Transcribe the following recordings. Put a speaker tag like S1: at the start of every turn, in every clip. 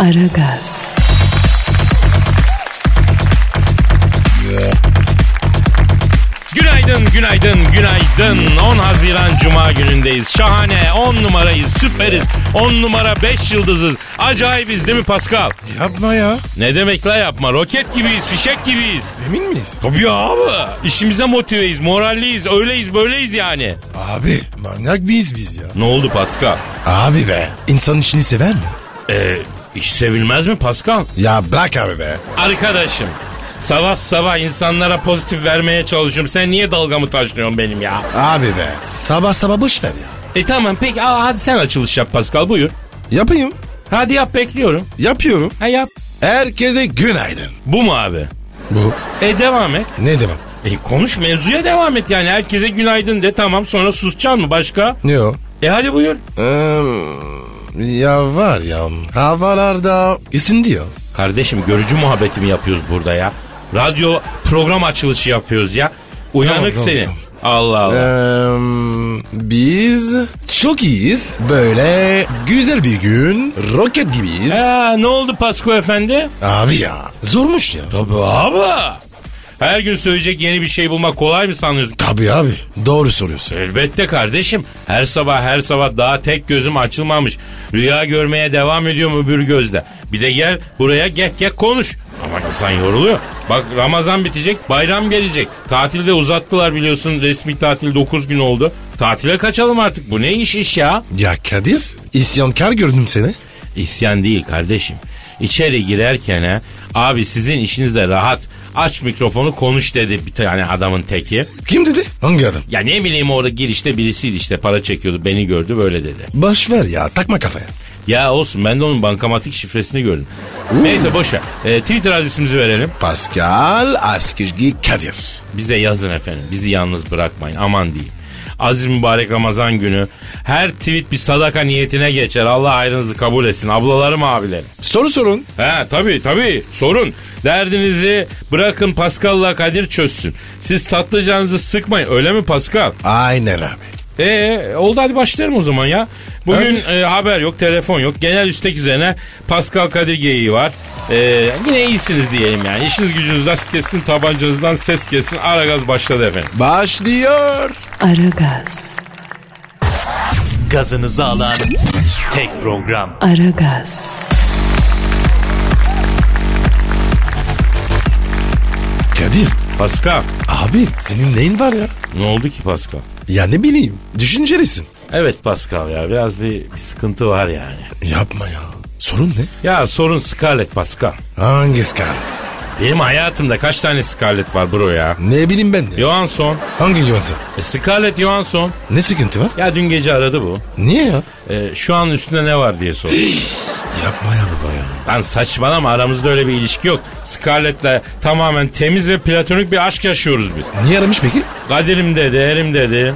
S1: Aragaz,
S2: Günaydın, günaydın, günaydın. 10 Haziran Cuma günündeyiz. Şahane, 10 numarayız, süperiz. 10 numara 5 yıldızız. Acayibiz değil mi Pascal?
S3: Yapma ya.
S2: Ne demek la yapma, roket gibiyiz, fişek gibiyiz.
S3: Emin miyiz?
S2: Tabii abi. İşimize motiveyiz, moralliyiz, öyleyiz, böyleyiz yani.
S3: Abi manyak biz biz ya.
S2: Ne oldu Pascal?
S3: Abi be. İnsan işini sever mi?
S2: Ee, iş sevilmez mi Pascal?
S3: Ya bırak abi be.
S2: Arkadaşım, sabah sabah insanlara pozitif vermeye çalışıyorum. Sen niye dalgamı taşlıyorsun benim ya?
S3: Abi be. Sabah sabah boş ver ya.
S2: E tamam peki, al hadi sen açılış yap Pascal, buyur.
S3: Yapayım.
S2: Hadi yap, bekliyorum.
S3: Yapıyorum.
S2: Ha yap.
S3: Herkese günaydın.
S2: Bu mu abi?
S3: Bu
S2: E devam et.
S3: ne demek?
S2: E konuş mevzuya devam et yani. Herkese günaydın de tamam sonra susacaksın mı başka?
S3: Ne o?
S2: E hadi buyur.
S3: ya var ya. Havalarda isin diyor.
S2: Kardeşim görücü muhabbeti mi yapıyoruz burada ya? Radyo program açılışı yapıyoruz ya. Uyanık
S3: Tamam, tamam,
S2: seni.
S3: tamam.
S2: Allah Allah.
S3: biz çok iyiyiz. Böyle güzel bir gün. Roket gibiyiz.
S2: E, Ha, ne oldu Pasko efendi?
S3: Abi ya. Zormuş ya.
S2: Tabii abi. Her gün söyleyecek yeni bir şey bulmak kolay mı sanıyorsun?
S3: Tabii abi. Doğru soruyorsun.
S2: Elbette kardeşim. Her sabah her sabah daha tek gözüm açılmamış. Rüya görmeye devam ediyorum öbür gözle. Bir de gel buraya gek gek konuş. Ama insan yoruluyor. Bak Ramazan bitecek, bayram gelecek. Tatilde uzattılar biliyorsun. Resmi tatil 9 gün oldu. Tatile kaçalım artık. Bu ne iş iş ya?
S3: Ya Kadir isyankar gördüm seni.
S2: İsyan değil kardeşim. İçeri girerken ha, abi sizin işiniz de rahat. Aç mikrofonu konuş dedi bir tane adamın teki.
S3: Kim dedi? Hangi adam?
S2: Ya ne bileyim orada girişte birisiydi işte para çekiyordu beni gördü böyle dedi.
S3: Baş ver ya takma kafaya.
S2: Ya olsun ben de onun bankamatik şifresini gördüm. Neyse boş ver. Ee, Twitter adresimizi verelim.
S3: Pascal Askizgi Kadir.
S2: Bize yazın efendim. Bizi yalnız bırakmayın. Aman diyeyim. Aziz mübarek Ramazan günü. Her tweet bir sadaka niyetine geçer. Allah hayrınızı kabul etsin. Ablalarım abilerim.
S3: Soru sorun.
S2: He tabii tabii sorun. Derdinizi bırakın Pascal'la Kadir çözsün. Siz tatlı canınızı sıkmayın öyle mi Pascal?
S3: Aynen abi.
S2: Ee oldu hadi başlayalım o zaman ya. Bugün e, haber yok, telefon yok. Genel üstek üzerine Pascal Kadir geyiği var. Ee, yine iyisiniz diyelim yani. İşiniz gücünüz rast kessin, tabancanızdan ses kessin. Ara gaz başladı efendim.
S3: Başlıyor.
S1: Aragaz,
S4: gazınızı alan tek program.
S1: Aragaz,
S3: Kadir
S2: Pascal.
S3: abi senin neyin var ya?
S2: Ne oldu ki Pascal?
S3: Ya ne bileyim düşüncelisin.
S2: Evet Pascal ya biraz bir, bir sıkıntı var yani.
S3: Yapma ya. Sorun ne?
S2: Ya sorun Scarlett Pascal.
S3: Hangi Scarlett?
S2: Benim hayatımda kaç tane Scarlett var bro ya?
S3: Ne bileyim ben de.
S2: Johansson.
S3: Hangi yuvansa?
S2: E, Scarlett Johansson.
S3: Ne sıkıntı var?
S2: Ya dün gece aradı bu.
S3: Niye ya?
S2: E, şu an üstünde ne var diye sordu.
S3: Yapma ya baba ya.
S2: Lan saçmalama aramızda öyle bir ilişki yok. Scarlett'le tamamen temiz ve platonik bir aşk yaşıyoruz biz.
S3: Niye aramış peki?
S2: Kadir'im dedi, Erim dedi,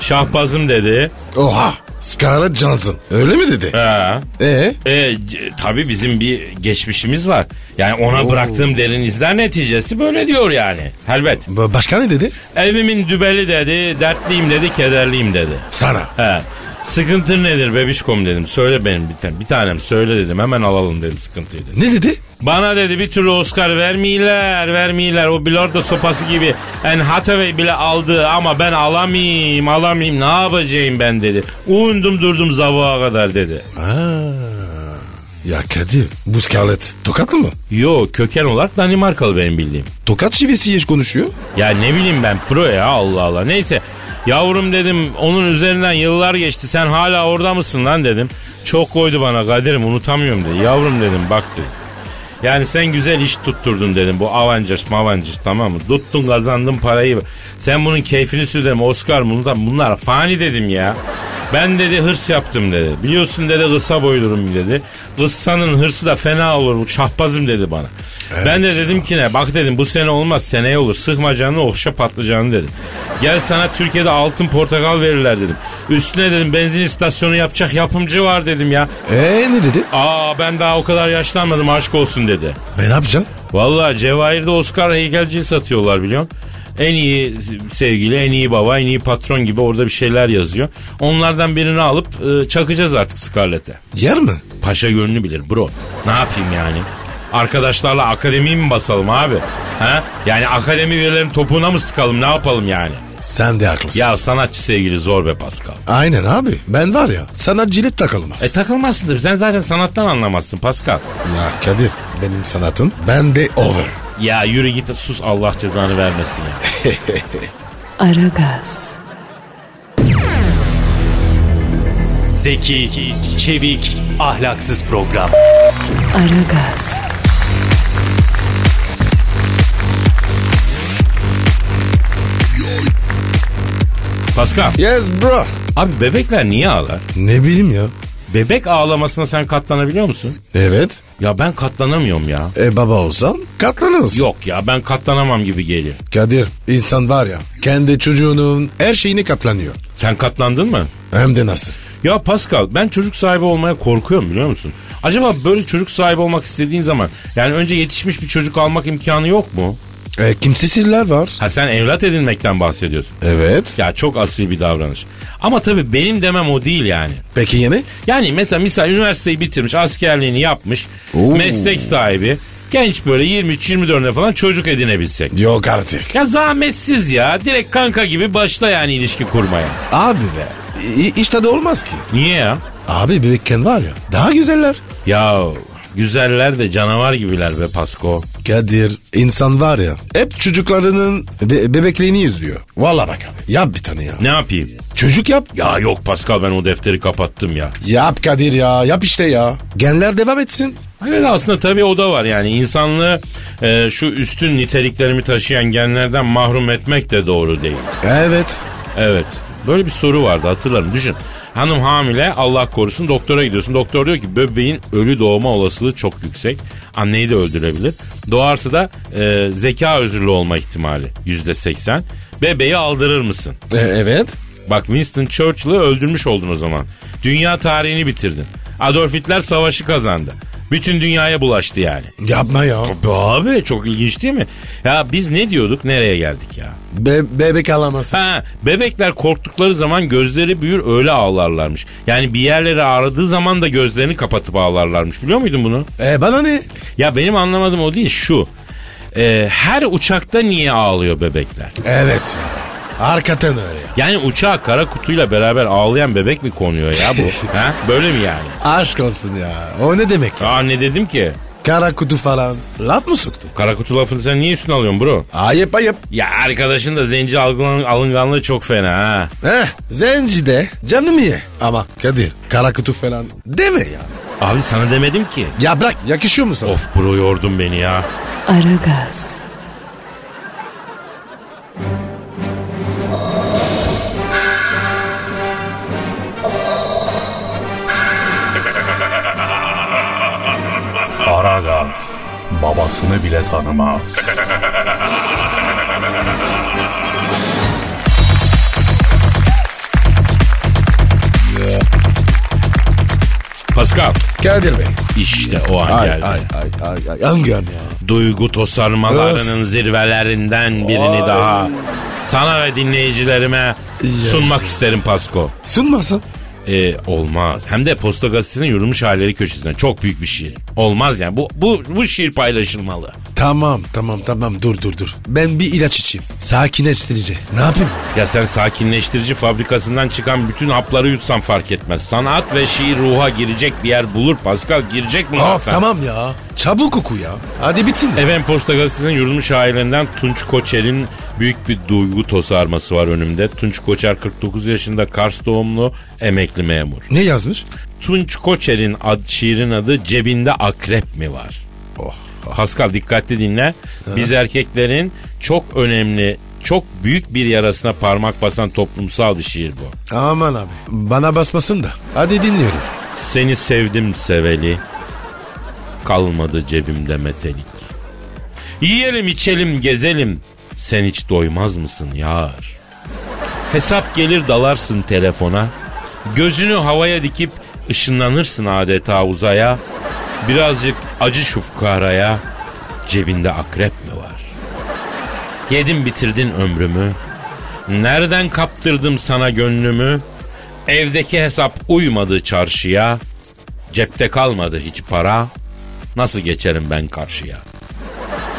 S2: Şahbaz'ım dedi.
S3: Oha. Scarlett Johnson. Öyle mi dedi?
S2: Ha.
S3: Ee?
S2: E, c- tabii bizim bir geçmişimiz var. Yani ona bıraktığım derin izler neticesi böyle diyor yani. Elbet.
S3: ba- Başka ne dedi?
S2: Evimin dübeli dedi, dertliyim dedi, kederliyim dedi.
S3: Sana.
S2: He. Sıkıntın nedir bebişkom dedim. Söyle benim bir, tane, bir tanem söyle dedim. Hemen alalım dedim sıkıntıyı dedim.
S3: Ne dedi?
S2: Bana dedi bir türlü Oscar vermiyorlar, vermiyorlar. O bilardo sopası gibi en Hathaway bile aldı ama ben alamayayım, alamayayım. Ne yapacağım ben dedi. Uyundum durdum zavuğa kadar dedi.
S3: Ya Kadir bu Scarlett tokatlı mı?
S2: Yo köken olarak Danimarkalı benim bildiğim.
S3: Tokat şivesi yeş konuşuyor.
S2: Ya ne bileyim ben pro ya Allah Allah. Neyse yavrum dedim onun üzerinden yıllar geçti. Sen hala orada mısın lan dedim. Çok koydu bana Kadir'im unutamıyorum dedi. Yavrum dedim bak dedi. Yani sen güzel iş tutturdun dedim. Bu Avengers Mavengers tamam mı? Tuttun kazandın parayı. Sen bunun keyfini sür dedim. Oscar bunu da bunlar fani dedim ya. Ben dedi hırs yaptım dedi. Biliyorsun dedi kısa boylurum dedi. Kıssanın hırsı da fena olur bu şahbazım dedi bana. ben de dedim ki ne bak dedim bu sene olmaz seneye olur. Sıkma canını okşa patlıcanı dedim. Gel sana Türkiye'de altın portakal verirler dedim. Üstüne dedim benzin istasyonu yapacak yapımcı var dedim ya.
S3: Eee E, ne dedi?
S2: Aa ben daha o kadar yaşlanmadım aşk olsun dedi.
S3: E, ne yapacaksın?
S2: Vallahi Cevahir'de Oscar heykelciyi satıyorlar biliyorsun. En iyi sevgili, en iyi baba, en iyi patron gibi orada bir şeyler yazıyor. Onlardan birini alıp e, çakacağız artık Scarlett'e.
S3: Yer mi?
S2: Paşa gönlü bilir bro. Ne yapayım yani? Arkadaşlarla akademiyi mi basalım abi? Ha? Yani akademi üyelerinin topuğuna mı sıkalım ne yapalım yani?
S3: Sen de haklısın.
S2: Ya sanatçı sevgili zor be Pascal.
S3: Aynen abi. Ben var ya sana cilet takılmaz.
S2: E takılmazsındır sen zaten sanattan anlamazsın Pascal.
S3: ya Kadir benim sanatım bende over.
S2: Ya yürü git sus Allah cezanı vermesin ya.
S1: Aragaz,
S4: Zeki, çevik, ahlaksız program.
S1: Aragaz,
S2: Pascal
S3: Yes bro.
S2: abi bebekler niye ağlar?
S3: Ne bileyim ya.
S2: Bebek ağlamasına sen katlanabiliyor musun?
S3: Evet.
S2: Ya ben katlanamıyorum ya.
S3: E baba olsan katlanırız.
S2: Yok ya ben katlanamam gibi geliyor.
S3: Kadir insan var ya kendi çocuğunun her şeyini katlanıyor.
S2: Sen katlandın mı?
S3: Hem de nasıl?
S2: Ya Pascal ben çocuk sahibi olmaya korkuyorum biliyor musun? Acaba böyle çocuk sahibi olmak istediğin zaman yani önce yetişmiş bir çocuk almak imkanı yok mu?
S3: E, kimsesizler var.
S2: Ha sen evlat edinmekten bahsediyorsun.
S3: Evet.
S2: Ya çok asil bir davranış. Ama tabii benim demem o değil yani.
S3: Peki yeni?
S2: Yani mesela misal üniversiteyi bitirmiş, askerliğini yapmış, meslek sahibi, genç böyle 23-24'üne falan çocuk edinebilsek.
S3: Yok artık.
S2: Ya zahmetsiz ya. Direkt kanka gibi başla yani ilişki kurmaya.
S3: Abi be. i- işte de olmaz ki.
S2: Niye ya?
S3: Abi bebekken var ya daha güzeller.
S2: Ya güzeller de canavar gibiler be Pasko.
S3: Kadir insan var ya hep çocuklarının be- bebekliğini izliyor. Valla bak abi yap bir tane ya.
S2: Ne yapayım?
S3: Çocuk yap.
S2: Ya yok Pascal ben o defteri kapattım ya.
S3: Yap Kadir ya yap işte ya. Genler devam etsin.
S2: Evet aslında tabii o da var yani insanlığı e, şu üstün niteliklerimi taşıyan genlerden mahrum etmek de doğru değil.
S3: Evet.
S2: Evet. Böyle bir soru vardı hatırlarım. Düşün. Hanım hamile Allah korusun doktora gidiyorsun. Doktor diyor ki bebeğin ölü doğma olasılığı çok yüksek. Anneyi de öldürebilir. Doğarsa da e, zeka özürlü olma ihtimali yüzde seksen. Bebeği aldırır mısın?
S3: E, evet.
S2: Bak Winston Churchill'ı öldürmüş oldun o zaman. Dünya tarihini bitirdin. Adolf Hitler savaşı kazandı. Bütün dünyaya bulaştı yani.
S3: Yapma ya.
S2: Be Abi çok ilginç değil mi? Ya biz ne diyorduk nereye geldik ya?
S3: Be- bebek alaması.
S2: Ha, bebekler korktukları zaman gözleri büyür öyle ağlarlarmış. Yani bir yerleri ağrıdığı zaman da gözlerini kapatıp ağlarlarmış. Biliyor muydun bunu?
S3: E bana ne?
S2: Ya benim anlamadığım o değil şu. Ee, her uçakta niye ağlıyor bebekler?
S3: Evet. Arkaten öyle ya.
S2: Yani uçağa kara kutuyla beraber ağlayan bebek mi konuyor ya bu? ha? Böyle mi yani?
S3: Aşk olsun ya. O ne demek ya?
S2: Aa ne dedim ki?
S3: Kara kutu falan. Laf mı soktu?
S2: Kara kutu lafını sen niye üstüne alıyorsun bro?
S3: Ayıp ayıp.
S2: Ya arkadaşın da zenci algılan- alınganlığı çok fena ha.
S3: Heh. Zenci de Eh, canım ye. Ama Kadir kara kutu falan deme ya.
S2: Abi sana demedim ki.
S3: Ya bırak yakışıyor mu sana?
S2: Of bro yordun beni ya.
S1: Aragaz,
S5: Aragaz babasını bile tanımaz.
S2: Pascal
S3: Kadir Bey.
S2: işte o an
S3: Ay
S2: geldi.
S3: ay ay ay ay. Hangi an ya?
S2: Duygu tosarmalarının zirvelerinden birini
S3: Ay.
S2: daha sana ve dinleyicilerime sunmak isterim Pasko.
S3: Sunmasın.
S2: Ee, olmaz. Hem de Posta Gazetesi'nin yorulmuş halleri köşesinden. Çok büyük bir şiir. Olmaz yani. Bu, bu, bu şiir paylaşılmalı.
S3: Tamam tamam tamam dur dur dur. Ben bir ilaç içeyim. Sakinleştirici. Ne yapayım?
S2: Ya sen sakinleştirici fabrikasından çıkan bütün hapları yutsan fark etmez. Sanat ve şiir ruha girecek bir yer bulur Pascal. Girecek mi?
S3: Of tamam ya. Çabuk oku ya. Hadi bitsin. ya.
S2: Efendim Posta Gazetesi'nin yorulmuş ailelerinden Tunç Koçer'in büyük bir duygu tosarması var önümde. Tunç Koçer 49 yaşında Kars doğumlu emekli memur.
S3: Ne yazmış?
S2: Tunç Koçer'in ad, şiirin adı Cebinde Akrep mi var?
S3: Oh.
S2: Pascal dikkatli dinle. Biz erkeklerin çok önemli çok büyük bir yarasına parmak basan toplumsal bir şiir bu.
S3: Aman abi. Bana basmasın da. Hadi dinliyorum.
S2: Seni sevdim seveli. Kalmadı cebimde metelik. Yiyelim içelim gezelim. Sen hiç doymaz mısın yar? Hesap gelir dalarsın telefona. Gözünü havaya dikip ışınlanırsın adeta uzaya. Birazcık acı şu fukaraya. Cebinde akrep mi var? Yedin bitirdin ömrümü. Nereden kaptırdım sana gönlümü? Evdeki hesap uymadı çarşıya. Cepte kalmadı hiç para. Nasıl geçerim ben karşıya?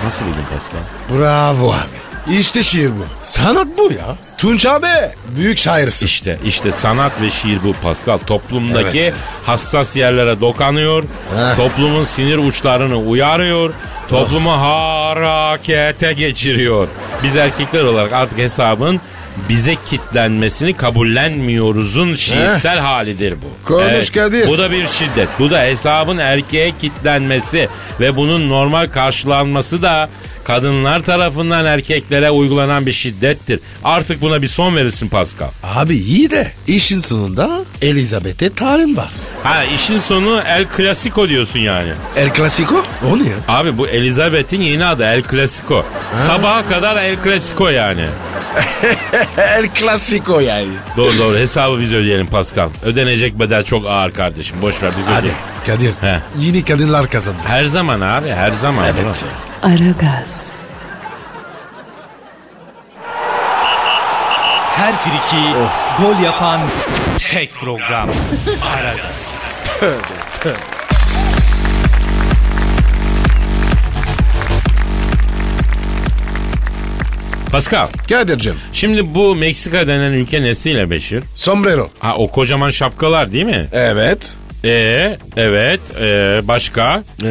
S2: Nasıl buldun Pascal?
S3: Bravo abi. İşte şiir bu. Sanat bu ya. Tunç abi. Büyük şairsin.
S2: İşte işte sanat ve şiir bu Pascal. Toplumdaki
S3: Evet.
S2: hassas yerlere dokanıyor.
S3: Heh.
S2: Toplumun sinir uçlarını uyarıyor. Toplumu harekete geçiriyor. Biz erkekler olarak artık hesabın bize kitlenmesini kabullenmiyoruz'un şiirsel halidir bu.
S3: Konuş Kadir.
S2: Bu da bir şiddet. Bu da hesabın erkeğe kitlenmesi ve bunun normal karşılanması da kadınlar tarafından erkeklere uygulanan bir şiddettir. Artık buna bir son verilsin Pascal.
S3: Abi iyi de işin sonunda Elizabeth'e talim var.
S2: Ha işin sonu El Clasico diyorsun yani.
S3: El Clasico? O ne ya?
S2: Abi bu Elizabeth'in yeni adı El Clasico. Sabaha kadar El Clasico yani.
S3: El Clasico yani.
S2: Doğru doğru hesabı biz ödeyelim Pascal. Ödenecek bedel çok ağır kardeşim. Boş ver biz
S3: Hadi
S2: ödeyelim.
S3: Kadir.
S2: He.
S3: Yeni kadınlar kazandı.
S2: Her zaman abi her zaman.
S3: Evet.
S1: Aragaz,
S4: Her friki gol yapan tek program. Aragaz.
S2: Pascal
S3: Kadir'cim.
S2: şimdi bu Meksika denen ülke nesiyle meşhur?
S3: Sombrero.
S2: Ha o kocaman şapkalar değil mi?
S3: Evet.
S2: Ee, evet ee, başka?
S3: Ee,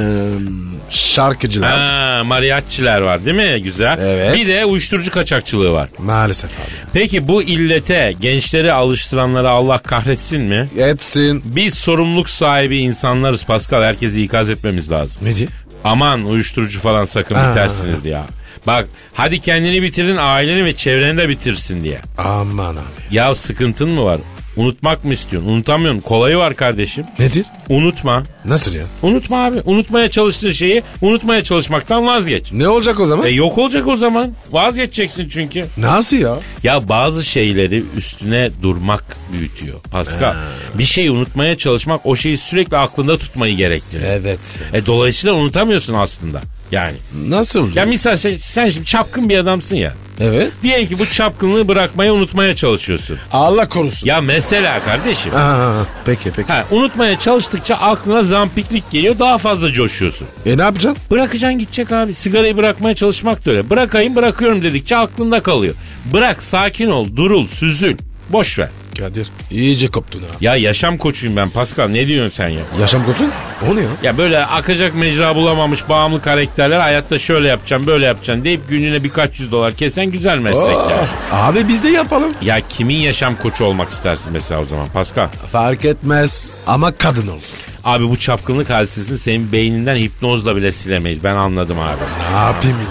S3: şarkıcılar.
S2: Ha, mariachiler var değil mi? Güzel.
S3: Evet.
S2: Bir de uyuşturucu kaçakçılığı var.
S3: Maalesef abi.
S2: Peki bu illete gençleri alıştıranlara Allah kahretsin mi?
S3: Etsin.
S2: Biz sorumluluk sahibi insanlarız Pascal. Herkesi ikaz etmemiz lazım.
S3: Ne diye?
S2: Aman uyuşturucu falan sakın
S3: Ha.
S2: bitersiniz ya. Bak hadi kendini bitirin aileni ve çevreni de bitirsin diye.
S3: Aman abi.
S2: Ya sıkıntın mı var? Unutmak mı istiyorsun? Unutamıyorum. Kolayı var kardeşim.
S3: Nedir?
S2: Unutma.
S3: Nasıl ya?
S2: Unutma abi. Unutmaya çalıştığın şeyi unutmaya çalışmaktan vazgeç.
S3: Ne olacak o zaman?
S2: E yok olacak o zaman. Vazgeçeceksin çünkü.
S3: Nasıl ya?
S2: Ya bazı şeyleri üstüne durmak büyütüyor Pascal. Bir şeyi unutmaya çalışmak o şeyi sürekli aklında tutmayı gerektiriyor.
S3: Evet.
S2: E dolayısıyla unutamıyorsun aslında. Yani.
S3: Nasıl?
S2: Ya misal sen, sen şimdi çapkın bir adamsın ya.
S3: Evet.
S2: Diyelim ki bu çapkınlığı bırakmayı unutmaya çalışıyorsun.
S3: Allah korusun.
S2: Ya mesela kardeşim.
S3: Aa, peki peki.
S2: Ha, unutmaya çalıştıkça aklına zampiklik geliyor daha fazla coşuyorsun.
S3: E ne yapacaksın?
S2: Bırakacaksın gidecek abi. Sigarayı bırakmaya çalışmak da öyle. Bırakayım bırakıyorum dedikçe aklında kalıyor. Bırak sakin ol durul süzül. Boş ver.
S3: Kadir iyice koptun ha.
S2: Ya yaşam koçuyum ben Pascal ne diyorsun sen ya?
S3: Yaşam koptun? O ne ya?
S2: Ya böyle akacak mecra bulamamış bağımlı karakterler hayatta şöyle yapacağım böyle yapacağım deyip gününe birkaç yüz dolar kesen güzel meslek
S3: Oh.
S2: ya.
S3: Abi biz de yapalım.
S2: Ya kimin yaşam koçu olmak istersin mesela o zaman Pascal?
S3: Fark etmez ama kadın olsun.
S2: Abi bu çapkınlık hadisesini senin beyninden hipnozla bile silemeyiz ben anladım abi.
S3: Ne yapayım ya?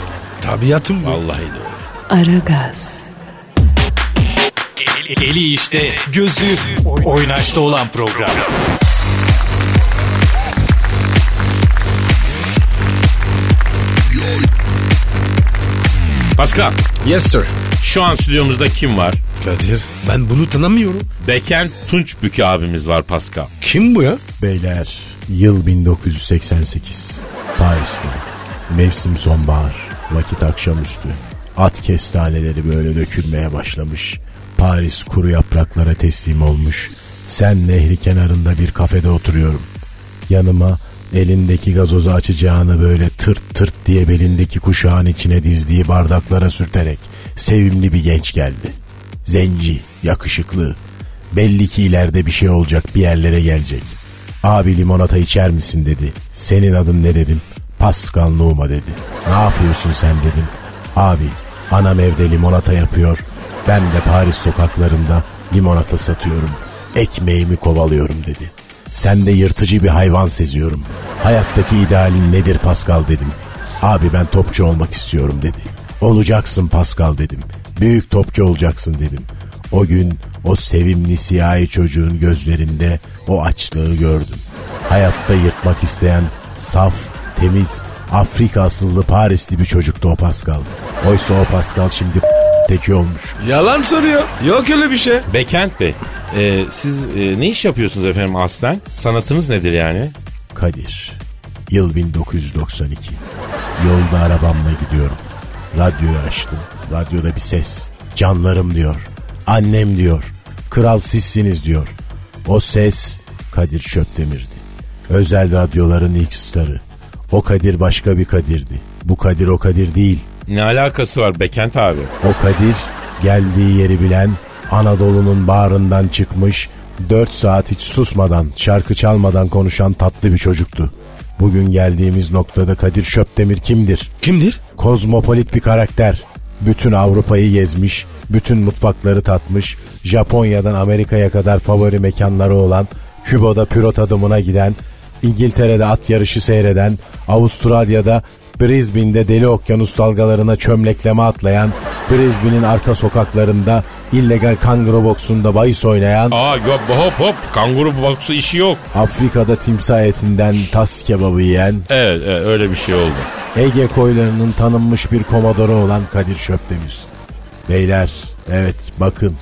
S3: Tabiatım bu.
S2: Vallahi doğru.
S1: Aragaz,
S4: Eli, eli işte, gözü oynaşta olan program.
S2: Pascal
S3: Yes sir.
S2: şu an stüdyomuzda kim var?
S3: Kadir ben bunu tanımıyorum.
S2: Beken Tunçbükü abimiz var Pascal.
S3: Kim bu ya?
S6: Beyler, yıl 1988. Paris'te. Mevsim sonbahar. Vakit akşamüstü. At kestaneleri böyle dökülmeye başlamış. Paris kuru yapraklara teslim olmuş. Sen nehri kenarında bir kafede oturuyorum. Yanıma elindeki gazozu açacağını böyle tırt tırt diye belindeki kuşağın içine dizdiği bardaklara sürterek sevimli bir genç geldi. Zenci, yakışıklı. Belli ki ileride bir şey olacak bir yerlere gelecek. Abi limonata içer misin dedi. Senin adın ne dedim. Pascal Numa dedi. Ne yapıyorsun sen dedim. Abi anam evde limonata yapıyor. Ben de Paris sokaklarında limonata satıyorum. Ekmeğimi kovalıyorum dedi. Sen de yırtıcı bir hayvan seziyorum. Hayattaki idealin nedir Pascal dedim. Abi ben topçu olmak istiyorum dedi. Olacaksın Pascal dedim. Büyük topçu olacaksın dedim. O gün o sevimli siyahi çocuğun gözlerinde o açlığı gördüm. Hayatta yırtmak isteyen saf, temiz, Afrika asıllı Parisli bir çocuktu o Pascal. Oysa o Pascal şimdi teki olmuş.
S3: Yalan soruyor. Yok öyle bir şey.
S2: Bekent Bey, e, siz e, ne iş yapıyorsunuz efendim aslen? Sanatınız nedir yani?
S6: Kadir. Yıl 1992. Yolda arabamla gidiyorum. Radyoyu açtım. Radyoda bir ses. Canlarım diyor. Annem diyor. Kral sizsiniz diyor. O ses Kadir Şöpdemir'di. Özel radyoların ilk starı. O Kadir başka bir Kadir'di. Bu Kadir o Kadir değil.
S2: Ne alakası var Bekent abi?
S6: O Kadir geldiği yeri bilen Anadolu'nun bağrından çıkmış 4 saat hiç susmadan şarkı çalmadan konuşan tatlı bir çocuktu. Bugün geldiğimiz noktada Kadir Şöpdemir kimdir?
S3: Kimdir?
S6: Kozmopolit bir karakter. Bütün Avrupa'yı gezmiş, bütün mutfakları tatmış, Japonya'dan Amerika'ya kadar favori mekanları olan, Küba'da pürot adımına giden, İngiltere'de at yarışı seyreden, Avustralya'da Brisbane'de deli okyanus dalgalarına çömlekleme atlayan, Brisbane'in arka sokaklarında illegal kangro boksunda bahis oynayan,
S2: Aa yok hop hop kanguru baksu işi yok.
S6: Afrika'da timsah etinden tas kebabı yiyen,
S2: Evet, evet, öyle bir şey oldu.
S6: Ege koylarının tanınmış bir komodoru olan Kadir Şöpdemir. Beyler, evet bakın.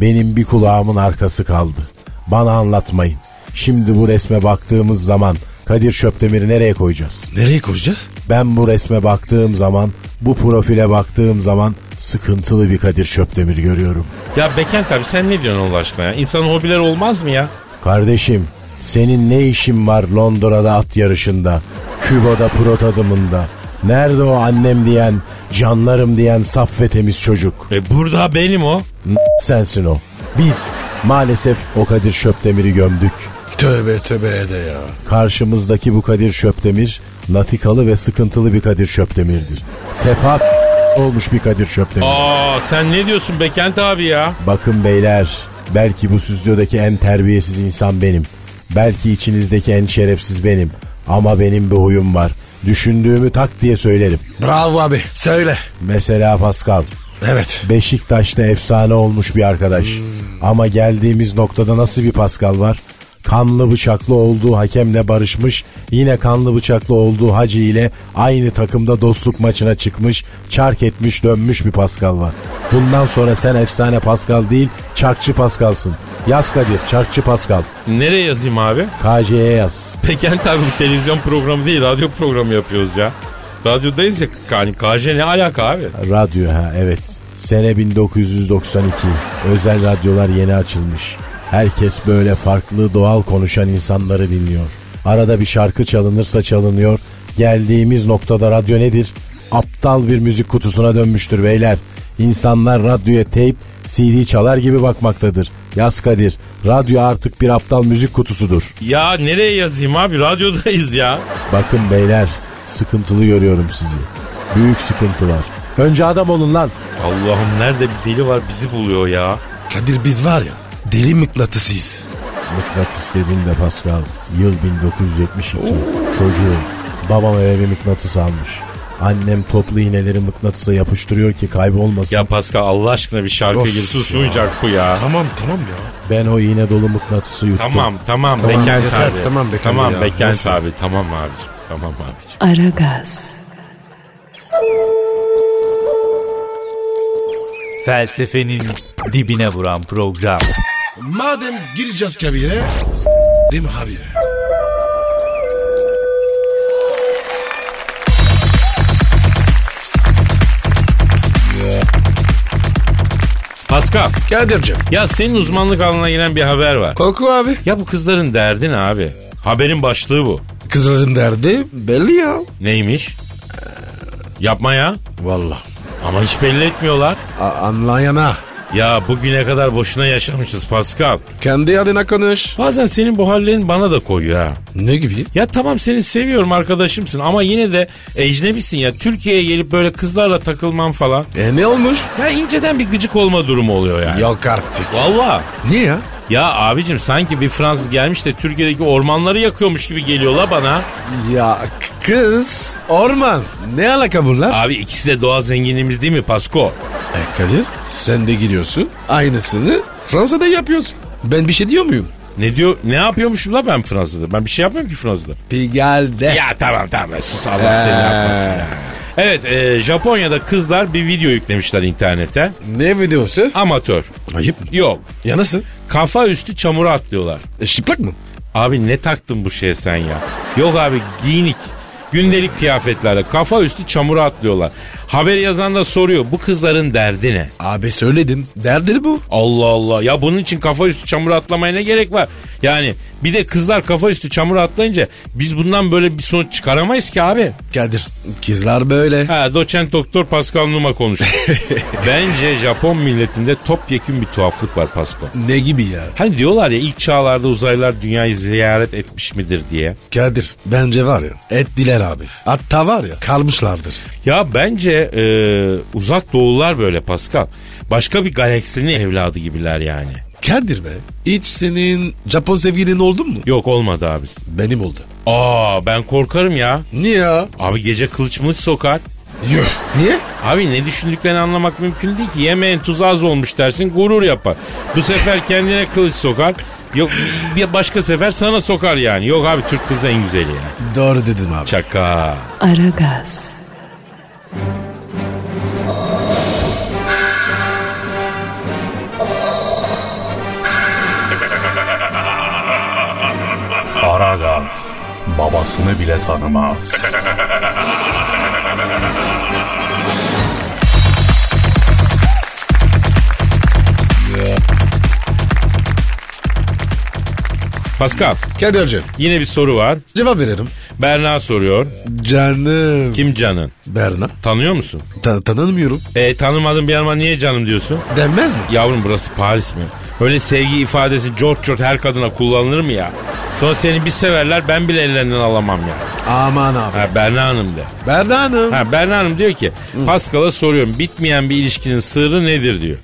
S6: Benim bir kulağımın arkası kaldı. Bana anlatmayın. Şimdi bu resme baktığımız zaman Kadir Şöpdemir'i nereye koyacağız?
S3: Nereye koyacağız?
S6: Ben bu resme baktığım zaman, bu profile baktığım zaman sıkıntılı bir Kadir Şöpdemir görüyorum.
S2: Ya Bekent abi sen ne diyorsun Allah aşkına ya? İnsanın hobileri olmaz mı ya?
S6: Kardeşim, senin ne işin var Londra'da at yarışında, Küba'da prot adımında? Nerede o annem diyen, canlarım diyen saf ve temiz çocuk?
S2: E burada benim o.
S6: Sensin o. Biz maalesef o Kadir Şöpdemir'i gömdük.
S3: Tövbe tövbe de ya.
S6: Karşımızdaki bu Kadir Şöpdemir natikalı ve sıkıntılı bir Kadir Şöpdemir'dir. Sefa olmuş bir Kadir Şöpdemir.
S2: Aa sen ne diyorsun Bekent abi ya?
S6: Bakın beyler belki bu stüdyodaki en terbiyesiz insan benim. Belki içinizdeki en şerefsiz benim. Ama benim bir huyum var. Düşündüğümü tak diye söylerim.
S3: Bravo abi. Söyle.
S6: Mesela Pascal.
S3: Evet.
S6: Beşiktaş'ta efsane olmuş bir arkadaş. Ama geldiğimiz noktada nasıl bir Pascal var? Kanlı bıçaklı olduğu hakemle barışmış, yine kanlı bıçaklı olduğu Hacı ile aynı takımda dostluk maçına çıkmış, çark etmiş dönmüş bir Pascal var. Bundan sonra sen efsane Pascal değil, çarkçı Pascal'sın. Yaz Kadir, çarkçı Pascal.
S2: Nereye yazayım abi?
S6: KC'ye yaz.
S2: Bekent abi bu televizyon programı değil radyo programı yapıyoruz ya. Radyodayız ya yani KJ ne alaka abi?
S6: Radyo ha evet. Sene 1992. Özel radyolar yeni açılmış. Herkes böyle farklı doğal konuşan insanları dinliyor. Arada bir şarkı çalınırsa çalınıyor. Geldiğimiz noktada radyo nedir? Aptal bir müzik kutusuna dönmüştür beyler. İnsanlar radyoya teyp, CD çalar gibi bakmaktadır. Yaz Kadir, radyo artık bir aptal müzik kutusudur.
S2: Ya nereye yazayım abi radyodayız ya.
S6: Bakın beyler, sıkıntılı görüyorum sizi. Büyük sıkıntılar. Önce adam olun lan.
S2: Allah'ım nerede bir deli var bizi buluyor ya.
S3: Kadir biz var ya deli mıknatısıyız.
S6: Mıknatıs dedin de Pascal. Yıl 1972. Çocuğum. Babam eve bir mıknatıs almış. Annem toplu iğneleri mıknatısa yapıştırıyor ki kaybolmasın.
S2: Ya Pascal Allah aşkına bir şarkı
S3: Of
S2: gir susmayacak bu ya.
S3: Tamam tamam ya.
S6: Ben o iğne dolu mıknatısı yuttum.
S2: Tamam tamam,
S3: Tamam,
S2: Bekent
S3: yeter,
S2: abi.
S3: tamam Bekent
S2: tamam,
S3: ya.
S2: Bekent
S3: Lütfen.
S2: abi. Tamam abiciğim. Tamam abiciğim.
S1: Aragaz,
S4: Felsefenin dibine vuran program.
S3: Madem gireceğiz kabire. Değil mi abi?
S2: Pascal
S3: Kadir'cim.
S2: ya senin uzmanlık alanına giren bir haber var.
S3: Koku abi.
S2: Ya bu kızların derdi ne abi? Haberin başlığı bu.
S3: Kızların derdi belli ya.
S2: Neymiş? Ee, Yapma ya.
S3: Valla.
S2: Ama hiç belli etmiyorlar.
S3: Anlayana.
S2: Ya bugüne kadar boşuna yaşamışız Pascal.
S3: Kendi adına konuş.
S2: Bazen senin bu hallerin bana da koyuyor ha.
S3: Ne gibi?
S2: Ya tamam seni seviyorum arkadaşımsın ama yine de ecnebisin ya. Türkiye'ye gelip böyle kızlarla takılman falan.
S3: E ne olmuş?
S2: Ya inceden bir gıcık olma durumu oluyor yani.
S3: Yok artık.
S2: Valla.
S3: Niye ya?
S2: Ya abicim sanki bir Fransız gelmiş de Türkiye'deki ormanları yakıyormuş gibi geliyor la bana.
S3: Ya k- Kız, orman. Ne alaka bunlar?
S2: Abi ikisi de doğal zenginliğimiz değil mi Pasko?
S3: E Kadir, sen de gidiyorsun. Aynısını Fransa'da yapıyorsun. Ben bir şey diyor muyum?
S2: Ne diyor? Ne yapıyormuşum la ben Fransa'da? Ben bir şey yapmıyorum ki Fransa'da.
S3: Pigel'de.
S2: Ya tamam tamam sus Allah
S3: Ee,
S2: seni yapmasın ya. Evet e, Japonya'da kızlar bir video yüklemişler internete.
S3: Ne videosu?
S2: Amatör.
S3: Ayıp mı?
S2: Yok.
S3: Ya nasıl?
S2: Kafa üstü çamura atlıyorlar.
S3: E, şıplak mı?
S2: Abi ne taktın bu şeye sen ya? Yok abi giyinik. Gündelik kıyafetlerle kafa üstü çamura atlıyorlar. Haberi yazan da soruyor bu kızların derdi ne?
S3: Abi söyledim. Derdir bu.
S2: Allah Allah ya bunun için kafa üstü çamura atlamaya ne gerek var? Yani bir de kızlar kafa üstü çamura atlayınca biz bundan böyle bir sonuç çıkaramayız ki abi.
S3: Kadir, kızlar böyle.
S2: Ha doçent doktor Pascal Numa konuştu. Bence Japon milletinde topyekun bir tuhaflık var Pascal.
S3: Ne gibi ya?
S2: Hani diyorlar ya ilk çağlarda uzaylılar dünyayı ziyaret etmiş midir diye.
S3: Kadir, bence var ya. Ettiler abi. Hatta var ya, kalmışlardır.
S2: Ya bence e, uzak doğular böyle Pascal. Başka bir galaksinin evladı gibiler yani.
S3: Kadir be, hiç senin Japon sevgilin oldun mu?
S2: Yok olmadı abi.
S3: Benim oldu.
S2: Aa ben korkarım ya.
S3: Niye ya?
S2: Abi gece kılıç mılıç sokar.
S3: Yok. Niye?
S2: Abi ne düşündüklerini anlamak mümkün değil ki. Yemeğin tuzu az olmuş dersin gurur yapar. Bu sefer kendine kılıç sokar. Yok bir başka sefer sana sokar yani. Yok abi Türk kızı en güzeli ya.
S3: Doğru dedin abi.
S2: Şaka.
S1: Aragaz,
S5: Aragaz babasını bile tanımaz.
S2: Pascal
S3: Kadir'cim,
S2: yine bir soru var.
S3: cevap veririm.
S2: Berna soruyor.
S3: Canım.
S2: Kim canın?
S3: Berna.
S2: Tanıyor musun?
S3: Ta- tanımıyorum.
S2: E tanımadığın bir yanıma niye canım diyorsun?
S3: Denmez mi?
S2: Yavrum burası Paris mi? Öyle sevgi ifadesi cort cort her kadına kullanılır mı ya? Sonra seni bir severler ben bile ellerinden alamam ya.
S3: Aman abi.
S2: Ha, Berna Hanım de.
S3: Berna Hanım.
S2: Ha Berna Hanım diyor ki Pascal'a soruyorum bitmeyen bir ilişkinin sırrı nedir diyor.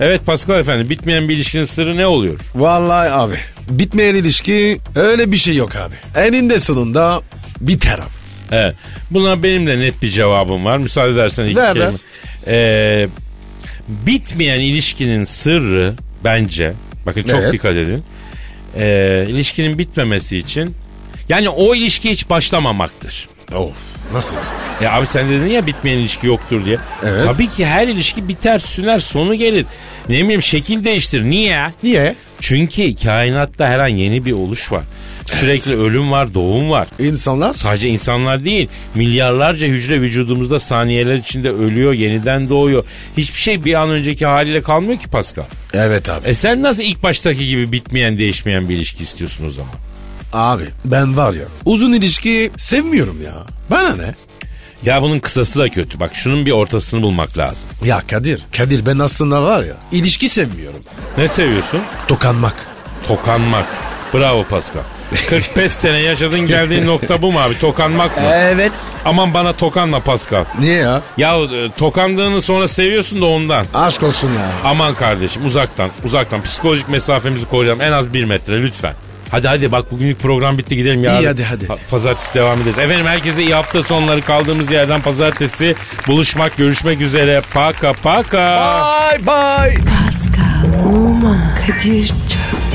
S2: Evet Pascal efendim bitmeyen bir ilişkinin sırrı ne oluyor?
S3: Vallahi abi. Bitmeyen ilişki öyle bir şey yok abi. Eninde sonunda biter abi.
S2: Evet. Buna benim de net bir cevabım var. Müsaade edersen iki
S3: Ver,
S2: kelime. Ee, bitmeyen ilişkinin sırrı bence bakın çok
S3: Evet.
S2: dikkat edin. Ee, ilişkinin bitmemesi için yani o ilişki hiç başlamamaktır.
S3: Of. Nasıl?
S2: E abi sen dedin ya bitmeyen ilişki yoktur diye.
S3: Evet.
S2: Tabii ki her ilişki biter, süner, sonu gelir. Ne bileyim şekil değiştir. Niye?
S3: Niye?
S2: Çünkü kainatta her an yeni bir oluş var. Sürekli ölüm var, doğum var.
S3: İnsanlar
S2: Sadece insanlar değil, milyarlarca hücre vücudumuzda saniyeler içinde ölüyor, yeniden doğuyor. Hiçbir şey bir an önceki haliyle kalmıyor ki Pascal.
S3: Evet abi.
S2: E sen nasıl ilk baştaki gibi bitmeyen, değişmeyen bir ilişki istiyorsun o zaman?
S3: Abi ben var ya uzun ilişki sevmiyorum ya. Bana ne?
S2: Ya bunun kısası da kötü. Bak şunun bir ortasını bulmak lazım.
S3: Ya Kadir, Kadir ben aslında var ya ilişki sevmiyorum.
S2: Ne seviyorsun?
S3: Tokanmak.
S2: Tokanmak. Bravo Pascal. 45 sene yaşadığın geldiğin nokta bu mu abi? Tokanmak mı?
S3: Evet.
S2: Aman bana tokanma Pascal.
S3: Niye ya?
S2: Ya e, tokandığını sonra seviyorsun da ondan.
S3: Aşk olsun ya.
S2: Aman kardeşim uzaktan uzaktan psikolojik mesafemizi koruyalım en az bir metre lütfen. Hadi hadi bak bugünlük program bitti gidelim ya.
S3: hadi, hadi.
S2: pazartesi devam ederiz. Efendim herkese iyi hafta sonları kaldığımız yerden pazartesi buluşmak görüşmek üzere. Paka paka.
S3: Bye bye.
S1: Pascal, Oman, Kadir çok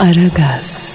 S1: Aragaz.